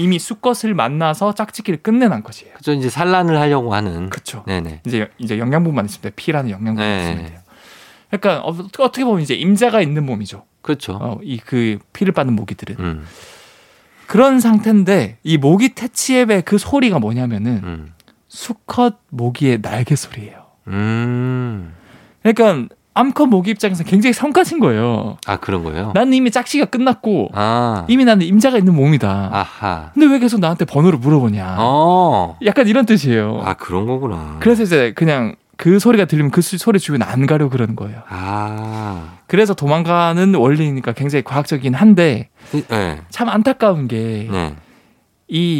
Speaker 2: 이미 수컷을 만나서 짝짓기를 끝낸 암컷이에요.
Speaker 1: 그죠 이제 산란을 하려고 하는.
Speaker 2: 그렇죠.
Speaker 1: 네네.
Speaker 2: 이제 이제 영양분만 있으면 돼요. 피라는 영양분만
Speaker 1: 네.
Speaker 2: 있으면 돼요. 그러니까 어- 어떻게 보면 이제 임자가 있는 몸이죠.
Speaker 1: 그렇죠.
Speaker 2: 이 그 피를 빠는 모기들은
Speaker 1: 음.
Speaker 2: 그런 상태인데 이 모기 퇴치앱의 그 소리가 뭐냐면은
Speaker 1: 음.
Speaker 2: 수컷 모기의 날개 소리예요.
Speaker 1: 음.
Speaker 2: 그러니까 암컷 모기 입장에서 굉장히 성가신 거예요.
Speaker 1: 아 그런 거예요?
Speaker 2: 나는 이미 짝시가 끝났고
Speaker 1: 아
Speaker 2: 이미 나는 임자가 있는 몸이다.
Speaker 1: 아하.
Speaker 2: 근데 왜 계속 나한테 번호를 물어보냐?
Speaker 1: 어.
Speaker 2: 약간 이런 뜻이에요.
Speaker 1: 아 그런 거구나.
Speaker 2: 아. 그래서 이제 그냥 그 소리가 들리면 그 수- 소리 주변에 안 가려고 그러는 거예요.
Speaker 1: 아.
Speaker 2: 그래서 도망가는 원리니까 굉장히 과학적이긴 한데
Speaker 1: 이- 네.
Speaker 2: 참 안타까운 게 이
Speaker 1: 네.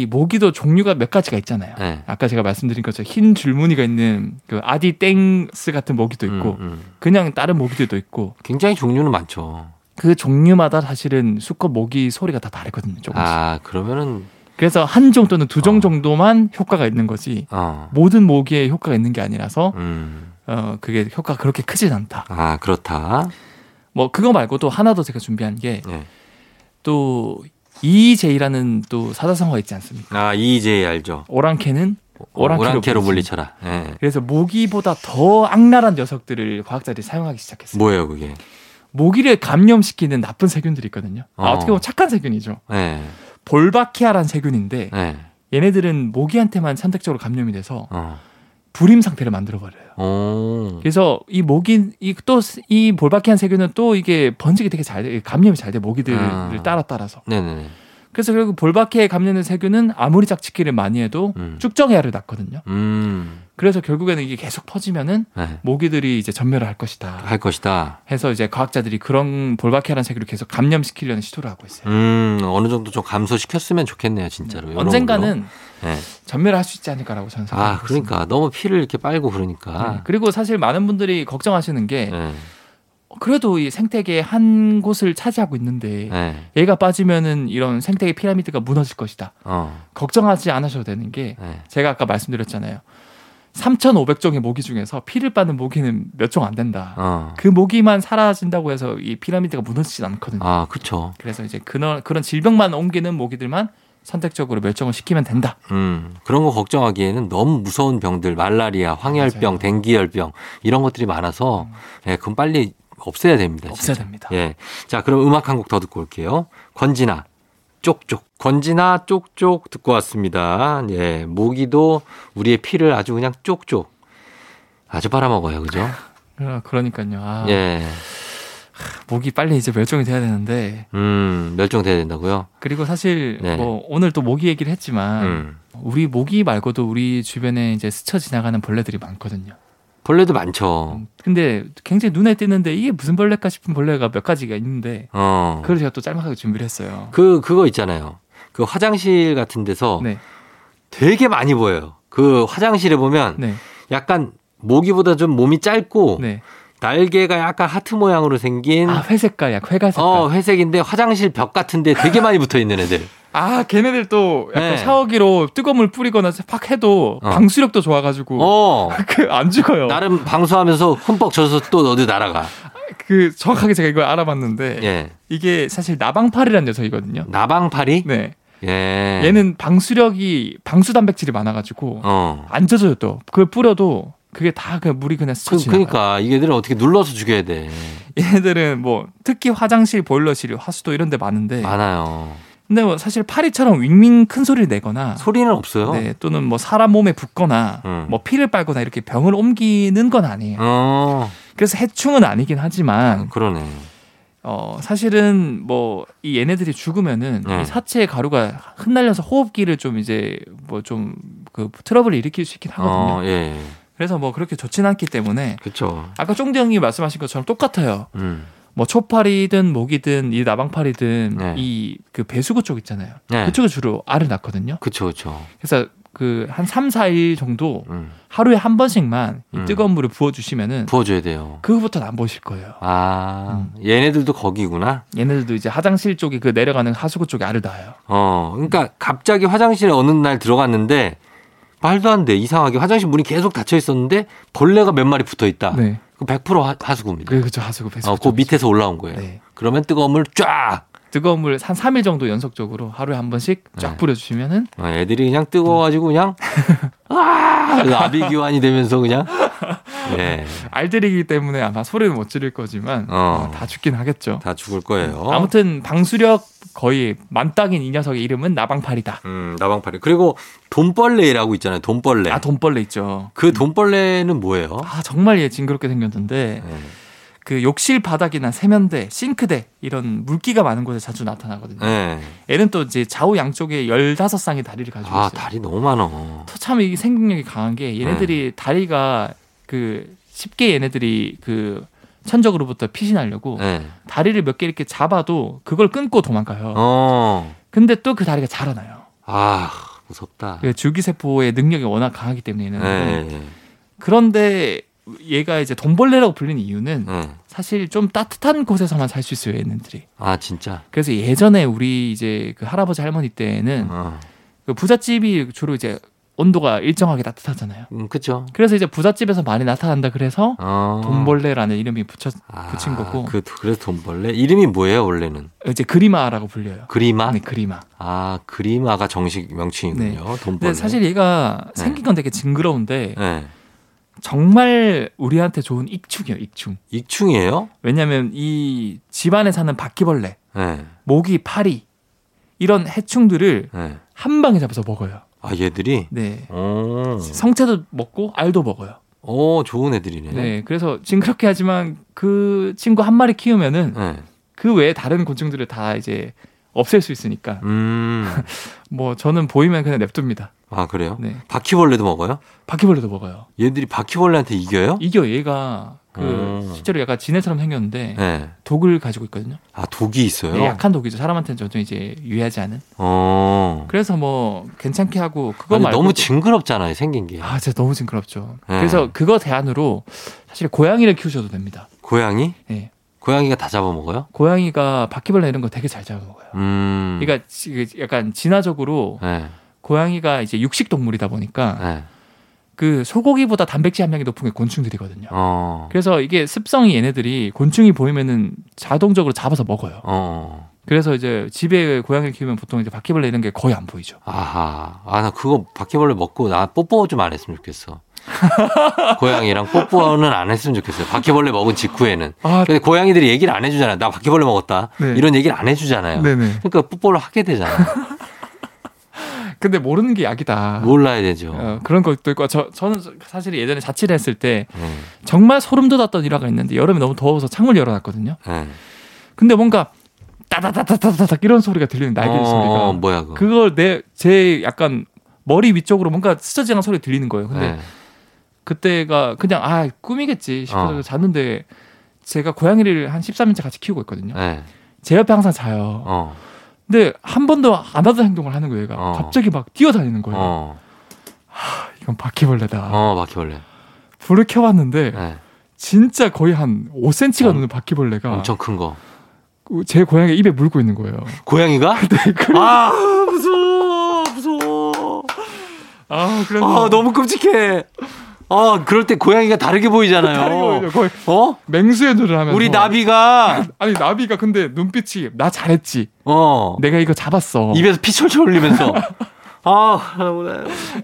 Speaker 2: 모기도 종류가 몇 가지가 있잖아요.
Speaker 1: 네.
Speaker 2: 아까 제가 말씀드린 것처럼 흰 줄무늬가 있는 그 아디 땡스 같은 모기도 있고
Speaker 1: 음, 음.
Speaker 2: 그냥 다른 모기들도 있고
Speaker 1: 굉장히 종류는 많죠.
Speaker 2: 그 종류마다 사실은 수컷 모기 소리가 다 다르거든요. 조금씩.
Speaker 1: 아 그러면은
Speaker 2: 그래서 한 종 또는 두
Speaker 1: 어.
Speaker 2: 종 정도만 효과가 있는 거지
Speaker 1: 어.
Speaker 2: 모든 모기에 효과가 있는 게 아니라서
Speaker 1: 음.
Speaker 2: 어 그게 효과가 그렇게 크진 않다.
Speaker 1: 아 그렇다.
Speaker 2: 뭐 그거 말고도 하나 더 제가 준비한
Speaker 1: 네.
Speaker 2: 게 또 EJ라는 또 사자성어가 있지 않습니까?
Speaker 1: 아 이제 알죠.
Speaker 2: 오랑캐는 어, 오랑캐로
Speaker 1: 오랑캐로
Speaker 2: 불리지.
Speaker 1: 물리쳐라. 네.
Speaker 2: 그래서 모기보다 더 악랄한 녀석들을 과학자들이 사용하기 시작했어요.
Speaker 1: 뭐예요 그게?
Speaker 2: 모기를 감염시키는 나쁜 세균들이 있거든요. 아,
Speaker 1: 어.
Speaker 2: 어떻게 보면 착한 세균이죠.
Speaker 1: 네.
Speaker 2: 볼바키아란 세균인데
Speaker 1: 네.
Speaker 2: 얘네들은 모기한테만 선택적으로 감염이 돼서
Speaker 1: 어.
Speaker 2: 불임 상태를 만들어 버려요.
Speaker 1: 오.
Speaker 2: 그래서 이 모기 이 또 이 볼바키한 세균은 또 이게 번식이 되게 잘 돼, 감염이 잘 돼 모기들을
Speaker 1: 아.
Speaker 2: 따라 따라서.
Speaker 1: 네네네.
Speaker 2: 그래서 결국 볼바키에 감염된 세균은 아무리 짝짓기를 많이 해도
Speaker 1: 음.
Speaker 2: 쭉정해야를 낳거든요.
Speaker 1: 음.
Speaker 2: 그래서 결국에는 이게 계속 퍼지면은
Speaker 1: 네.
Speaker 2: 모기들이 이제 전멸을 할 것이다.
Speaker 1: 할 것이다.
Speaker 2: 해서 이제 과학자들이 그런 볼바키아라는 세균을 계속 감염시키려는 시도를 하고 있어요.
Speaker 1: 음 어느 정도 좀 감소시켰으면 좋겠네요 진짜로. 음, 이런 걸로.
Speaker 2: 언젠가는
Speaker 1: 네.
Speaker 2: 전멸을 할 수 있지 않을까라고 저는
Speaker 1: 아
Speaker 2: 생각하고 있습니다.
Speaker 1: 그러니까 너무 피를 이렇게 빨고
Speaker 2: 네.
Speaker 1: 그러니까.
Speaker 2: 그리고 사실 많은 분들이 걱정하시는 게
Speaker 1: 네.
Speaker 2: 그래도 이 생태계 한 곳을 차지하고 있는데
Speaker 1: 네.
Speaker 2: 얘가 빠지면은 이런 생태계 피라미드가 무너질 것이다.
Speaker 1: 어.
Speaker 2: 걱정하지 않으셔도 되는 게
Speaker 1: 네.
Speaker 2: 제가 아까 말씀드렸잖아요. 3,500종의 모기 중에서 피를 빠는 모기는 몇 종 안 된다.
Speaker 1: 어.
Speaker 2: 그 모기만 사라진다고 해서 이 피라미드가 무너지진 않거든요.
Speaker 1: 아 그렇죠.
Speaker 2: 그래서 이제 그런 그런 질병만 옮기는 모기들만 선택적으로 멸종을 시키면 된다.
Speaker 1: 음, 그런 거 걱정하기에는 너무 무서운 병들, 말라리아,
Speaker 2: 맞아요.
Speaker 1: 황열병, dengue열병 이런 것들이 많아서 예, 그건 빨리 없애야 됩니다.
Speaker 2: 없애야
Speaker 1: 진짜.
Speaker 2: 됩니다.
Speaker 1: 예. 자, 그럼 음악 한 곡 더 듣고 올게요. 권진아 쪽쪽. 권진아 쪽쪽 듣고 왔습니다. 예. 모기도 우리의 피를 아주 그냥 쪽쪽 아주 빨아먹어요. 그죠?
Speaker 2: 아, 그러니까요. 아,
Speaker 1: 예.
Speaker 2: 모기 빨리 이제 멸종이 돼야 되는데
Speaker 1: 음, 멸종돼야 된다고요?
Speaker 2: 그리고 사실
Speaker 1: 네.
Speaker 2: 뭐 오늘 또 모기 얘기를 했지만
Speaker 1: 음.
Speaker 2: 우리 모기 말고도 우리 주변에 이제 스쳐 지나가는 벌레들이 많거든요.
Speaker 1: 벌레도 많죠.
Speaker 2: 음, 근데 굉장히 눈에 띄는데 이게 무슨 벌레일까 싶은 벌레가 몇 가지가 있는데
Speaker 1: 어.
Speaker 2: 그걸 제가 또 짤막하게 준비를 했어요.
Speaker 1: 그 그거 있잖아요. 그 화장실 같은 데서
Speaker 2: 네,
Speaker 1: 되게 많이 보여요. 그 화장실에 보면
Speaker 2: 네,
Speaker 1: 약간 모기보다 좀 몸이 짧고
Speaker 2: 네.
Speaker 1: 날개가 약간 하트 모양으로 생긴
Speaker 2: 아 회색깔, 약 회가 색깔.
Speaker 1: 어 회색인데 화장실 벽 같은데 되게 많이 붙어 있는 애들.
Speaker 2: 아 걔네들 또 약간
Speaker 1: 네.
Speaker 2: 샤워기로 뜨거운 물 뿌리거나 팍 해도
Speaker 1: 어.
Speaker 2: 방수력도 좋아가지고
Speaker 1: 어
Speaker 2: 그 안 죽어요.
Speaker 1: 나름 방수하면서 흠뻑 젖어서 또 어디 날아가.
Speaker 2: 그 정확하게 제가 이걸 알아봤는데
Speaker 1: 예
Speaker 2: 이게 사실 나방팔이라는 녀석이거든요.
Speaker 1: 나방파리.
Speaker 2: 네.
Speaker 1: 예
Speaker 2: 얘는 방수력이 방수 단백질이 많아가지고
Speaker 1: 어.
Speaker 2: 안 젖어요 또. 그걸 뿌려도 그게 다 그냥 물이 그냥 스쳐
Speaker 1: 그,
Speaker 2: 지나가요.
Speaker 1: 그러니까 얘들은 어떻게 눌러서 죽여야 돼.
Speaker 2: 얘네들은 뭐 특히 화장실, 보일러실, 화수도 이런 데 많은데
Speaker 1: 많아요.
Speaker 2: 근데 뭐 사실 파리처럼 윙윙 큰 소리를 내거나
Speaker 1: 소리는 없어요.
Speaker 2: 네, 또는 뭐 사람 몸에 붙거나
Speaker 1: 음.
Speaker 2: 뭐 피를 빨거나 이렇게 병을 옮기는 건 아니에요.
Speaker 1: 어
Speaker 2: 그래서 해충은 아니긴 하지만
Speaker 1: 그러네.
Speaker 2: 어 사실은 뭐 이 얘네들이 죽으면은
Speaker 1: 음.
Speaker 2: 이 사체의 가루가 흩날려서 호흡기를 좀 이제 뭐 좀 그 트러블을 일으킬 수 있긴 하거든요.
Speaker 1: 어예
Speaker 2: 그래서 뭐 그렇게 좋진 않기 때문에
Speaker 1: 그렇죠.
Speaker 2: 아까 쫑대 형이 말씀하신 것처럼 똑같아요.
Speaker 1: 음
Speaker 2: 뭐 초파리든 모기든 이 나방파리든
Speaker 1: 네.
Speaker 2: 이 그 배수구 쪽 있잖아요.
Speaker 1: 네.
Speaker 2: 그쪽에 주로 알을 낳거든요.
Speaker 1: 그렇죠 그렇죠.
Speaker 2: 그래서 그 한 3, 4일 정도
Speaker 1: 음
Speaker 2: 하루에 한 번씩만 이
Speaker 1: 음.
Speaker 2: 뜨거운 물을 부어 주시면은
Speaker 1: 부어줘야 돼요.
Speaker 2: 그거부터는 안 보실 거예요.
Speaker 1: 아,
Speaker 2: 음.
Speaker 1: 얘네들도 거기구나.
Speaker 2: 얘네들도 이제 화장실 쪽이 그 내려가는 하수구 쪽에 알을 낳아요.
Speaker 1: 어, 그러니까 갑자기 화장실에 어느 날 들어갔는데 말도 안 돼. 이상하게 화장실 문이 계속 닫혀 있었는데 벌레가 몇 마리 붙어 있다.
Speaker 2: 네.
Speaker 1: 그 100% 하- 하수구입니다.
Speaker 2: 그 그죠 하수구 배수구.
Speaker 1: 어, 그
Speaker 2: 쪽.
Speaker 1: 밑에서 올라온 거예요.
Speaker 2: 네.
Speaker 1: 그러면 뜨거운 물 쫙.
Speaker 2: 뜨거운 물을 한 3일 정도 연속적으로 하루에 한 번씩 쫙
Speaker 1: 네.
Speaker 2: 뿌려 주시면은
Speaker 1: 어, 애들이 그냥 뜨거워가지고 그냥 아 라비기환이 되면서 그냥 예,
Speaker 2: 알들이기 때문에 아마 소리는 못 지를 거지만
Speaker 1: 어.
Speaker 2: 어, 다 죽긴 하겠죠.
Speaker 1: 다 죽을 거예요.
Speaker 2: 아무튼 방수력 거의 만땅인 이 녀석의 이름은 나방팔이다.
Speaker 1: 음, 나방팔이. 그리고 돈벌레라고 있잖아요. 돈벌레.
Speaker 2: 아 돈벌레 있죠.
Speaker 1: 그 돈벌레는 뭐예요?
Speaker 2: 아 정말 얘 징그럽게 생겼는데
Speaker 1: 예.
Speaker 2: 그 욕실 바닥이나 세면대, 싱크대 이런 물기가 많은 곳에 자주 나타나거든요.
Speaker 1: 네.
Speaker 2: 애는 또 이제 좌우 양쪽에 15쌍의 다리를 가지고
Speaker 1: 아,
Speaker 2: 있어요.
Speaker 1: 다리 너무 많아.
Speaker 2: 참 이게 생명력이 강한 게 얘네들이 다리가 그 쉽게 얘네들이 그 천적으로부터 피신하려고
Speaker 1: 네.
Speaker 2: 다리를 몇 개 이렇게 잡아도 그걸 끊고 도망가요.
Speaker 1: 어.
Speaker 2: 근데 또 그 다리가 자라나요.
Speaker 1: 아, 무섭다.
Speaker 2: 그 줄기세포의 능력이 워낙 강하기 때문에 얘는.
Speaker 1: 네.
Speaker 2: 예.
Speaker 1: 네.
Speaker 2: 그런데 얘가 이제 돈벌레라고 불리는 이유는
Speaker 1: 네.
Speaker 2: 사실 좀 따뜻한 곳에서만 살 수 있어요 얘네들이.
Speaker 1: 아, 진짜.
Speaker 2: 그래서 예전에 우리 이제 그 할아버지 할머니 때는
Speaker 1: 어.
Speaker 2: 그 부잣집이 주로 이제 온도가 일정하게 따뜻하잖아요.
Speaker 1: 음, 그죠.
Speaker 2: 그래서 이제 부잣집에서 많이 나타난다 그래서
Speaker 1: 어.
Speaker 2: 돈벌레라는 이름이 붙여 붙인 거고.
Speaker 1: 그, 그래서 돈벌레? 이름이 뭐예요, 원래는?
Speaker 2: 이제 그리마라고 불려요.
Speaker 1: 그리마?
Speaker 2: 네, 그리마.
Speaker 1: 아, 그리마가 정식 명칭이군요. 돈벌레.
Speaker 2: 근데 사실 얘가
Speaker 1: 네.
Speaker 2: 생긴 건 되게 징그러운데
Speaker 1: 네.
Speaker 2: 정말 우리한테 좋은 익충이에요, 익충.
Speaker 1: 익충이에요?
Speaker 2: 왜냐면 이 집안에 사는 바퀴벌레,
Speaker 1: 네.
Speaker 2: 모기, 파리 이런 해충들을
Speaker 1: 네.
Speaker 2: 한 방에 잡아서 먹어요.
Speaker 1: 아, 얘들이?
Speaker 2: 네.
Speaker 1: 오.
Speaker 2: 성체도 먹고 알도 먹어요.
Speaker 1: 오, 좋은 애들이네.
Speaker 2: 네. 그래서 징그럽게 하지만 그 친구 한 마리 키우면은
Speaker 1: 네.
Speaker 2: 그 외에 다른 곤충들을 다 이제 없앨 수 있으니까
Speaker 1: 음.
Speaker 2: 뭐 저는 보이면 그냥 냅둡니다.
Speaker 1: 아, 그래요?
Speaker 2: 네.
Speaker 1: 바퀴벌레도 먹어요?
Speaker 2: 바퀴벌레도 먹어요.
Speaker 1: 얘들이 바퀴벌레한테 이겨요?
Speaker 2: 이겨 얘가 그
Speaker 1: 음.
Speaker 2: 실제로 약간 지네처럼 생겼는데
Speaker 1: 네.
Speaker 2: 독을 가지고 있거든요.
Speaker 1: 아, 독이 있어요?
Speaker 2: 예. 네, 약한 독이죠. 사람한테는 전혀 이제 유해하지 않은.
Speaker 1: 어.
Speaker 2: 그래서 뭐 괜찮게 하고 그거
Speaker 1: 아니,
Speaker 2: 말고
Speaker 1: 너무 징그럽잖아요, 생긴 게.
Speaker 2: 아, 진짜 너무 징그럽죠.
Speaker 1: 네.
Speaker 2: 그래서 그거 대안으로 사실 고양이를 키우셔도 됩니다.
Speaker 1: 고양이?
Speaker 2: 네.
Speaker 1: 고양이가 다 잡아먹어요?
Speaker 2: 고양이가 바퀴벌레 이런 거 되게 잘 잡아먹어요.
Speaker 1: 음.
Speaker 2: 네. 그러니까 지- 약간 진화적으로
Speaker 1: 네.
Speaker 2: 고양이가 이제 육식 동물이다 보니까
Speaker 1: 네.
Speaker 2: 그 소고기보다 단백질 함량이 높은 게 곤충들이거든요.
Speaker 1: 어.
Speaker 2: 아. 그래서 이게 습성이 얘네들이 곤충이 보이면은 자동적으로 잡아서 먹어요.
Speaker 1: 어.
Speaker 2: 그래서 이제 집에 고양이를 키우면 보통 이제 바퀴벌레 이런 게 거의 안 보이죠.
Speaker 1: 아하. 아, 나 그거 바퀴벌레 먹고 나 뽀뽀 좀 안 했으면 좋겠어. 고양이랑 뽀뽀는 안 했으면 좋겠어요. 바퀴벌레 먹은 직후에는.
Speaker 2: 아,
Speaker 1: 근데 고양이들이 얘기를 안 해주잖아요. 나 바퀴벌레 먹었다.
Speaker 2: 네.
Speaker 1: 이런 얘기를 안 해주잖아요.
Speaker 2: 네네.
Speaker 1: 그러니까 뽀뽀를 하게 되잖아요.
Speaker 2: 근데 모르는 게 약이다.
Speaker 1: 몰라야 되죠.
Speaker 2: 어, 그런 것도 있고 저 저는 사실 예전에 자취를 했을 때
Speaker 1: 네.
Speaker 2: 정말 소름 돋았던 일화가 있는데 여름에 너무 더워서 창문 열어놨거든요.
Speaker 1: 네.
Speaker 2: 근데 뭔가 따다다다다다닥 이런 소리가 들리는 날개
Speaker 1: 어, 어,
Speaker 2: 소리가
Speaker 1: 뭐야 그거.
Speaker 2: 그걸 내 제 약간 머리 위쪽으로 뭔가 스쳐지는 소리 들리는 거예요. 근데
Speaker 1: 네.
Speaker 2: 그때가 그냥 아 꿈이겠지 싶어서
Speaker 1: 어.
Speaker 2: 잤는데 제가 고양이를 한 13년째 같이 키우고 있거든요.
Speaker 1: 네.
Speaker 2: 제 옆에 항상 자요.
Speaker 1: 어.
Speaker 2: 근데 한 번도 안 하던 행동을 하는 거예요. 얘가
Speaker 1: 어.
Speaker 2: 갑자기 막 뛰어다니는 거예요.
Speaker 1: 어.
Speaker 2: 이건 바퀴벌레다.
Speaker 1: 어, 바퀴벌레.
Speaker 2: 불을 켜봤는데
Speaker 1: 네.
Speaker 2: 진짜 거의 한 5cm가
Speaker 1: 엄-
Speaker 2: 넘는 바퀴벌레가 그
Speaker 1: 엄청 큰 거.
Speaker 2: 제 고양이 입에 물고 있는 거예요.
Speaker 1: 고양이가? 아, 무서워. 무서워.
Speaker 2: 아 그래서
Speaker 1: 아, 너무 끔찍해. 아, 그럴 때 고양이가 다르게 보이잖아요.
Speaker 2: 다리가 거의
Speaker 1: 어?
Speaker 2: 맹수의 눈을 하면서
Speaker 1: 우리 나비가
Speaker 2: 아니 나비가 근데 눈빛이 나 잘했지.
Speaker 1: 어.
Speaker 2: 내가 이거 잡았어.
Speaker 1: 입에서 피 철철 흘리면서 아, 너무 나요.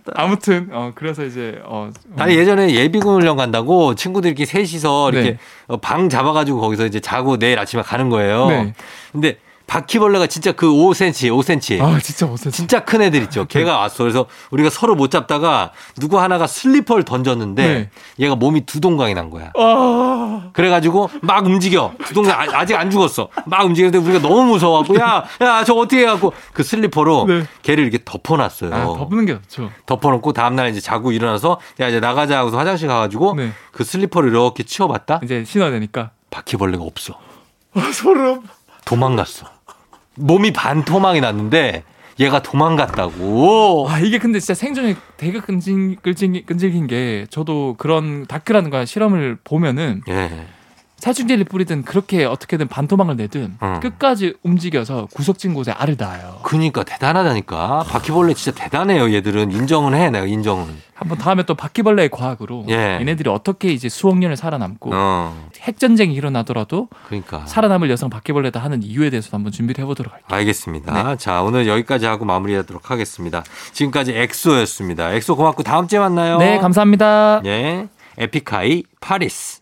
Speaker 2: 아무튼 어 그래서 이제 어
Speaker 1: 나 예전에 예비군 훈련 간다고 친구들끼리 셋이서 이렇게
Speaker 2: 네.
Speaker 1: 어, 방 잡아가지고 거기서 이제 자고 내일 아침에 가는 거예요.
Speaker 2: 네.
Speaker 1: 근데 바퀴벌레가 진짜 그 5cm, 5cm.
Speaker 2: 아 진짜 못했어.
Speaker 1: 진짜 큰 애들
Speaker 2: 아,
Speaker 1: 있죠. 걔가 왔어. 그래서 우리가 서로 못 잡다가 누구 하나가 슬리퍼를 던졌는데
Speaker 2: 네.
Speaker 1: 얘가 몸이 두동강이 난 거야.
Speaker 2: 아
Speaker 1: 그래가지고 막 움직여. 두동강 아- 아직 안 죽었어. 막 움직이는데 우리가 너무 무서워갖고 야, 야, 저 어떻게 해갖고 그 슬리퍼로
Speaker 2: 네.
Speaker 1: 걔를 이렇게 덮어놨어요.
Speaker 2: 아, 덮는 게 좋죠.
Speaker 1: 덮어놓고 다음날 이제 자고 일어나서 야, 이제 나가자 하고서 화장실 가가지고
Speaker 2: 네.
Speaker 1: 그 슬리퍼를 이렇게 치워봤다?
Speaker 2: 이제 신어야 되니까.
Speaker 1: 바퀴벌레가 없어.
Speaker 2: 아 소름.
Speaker 1: 도망갔어. 몸이 반토막이 났는데 얘가 도망갔다고.
Speaker 2: 와 이게 근데 진짜 생존이 되게 끈질 끈질 끈질긴 게 저도 그런 다큐라는 거 실험을 보면은
Speaker 1: 예.
Speaker 2: 살충제를 뿌리든 그렇게 어떻게든 반토막을 내든
Speaker 1: 음.
Speaker 2: 끝까지 움직여서 구석진 곳에 알을 낳아요.
Speaker 1: 그니까 대단하다니까 바퀴벌레 진짜 대단해요 얘들은 인정은 해 내가 인정은
Speaker 2: 한번 다음에 또 바퀴벌레의 과학으로
Speaker 1: 예.
Speaker 2: 얘네들이 어떻게 이제 수억 년을 살아남고
Speaker 1: 어
Speaker 2: 핵 전쟁이 일어나더라도
Speaker 1: 그러니까
Speaker 2: 살아남을 여성 바퀴벌레다 하는 이유에 대해서도 한번 준비를 해보도록 할게요.
Speaker 1: 알겠습니다 자 오늘 여기까지 하고 마무리하도록 하겠습니다 지금까지 네, 엑소였습니다 엑소 고맙고 다음 주에 만나요
Speaker 2: 네 감사합니다.
Speaker 1: 예 에픽하이 파리스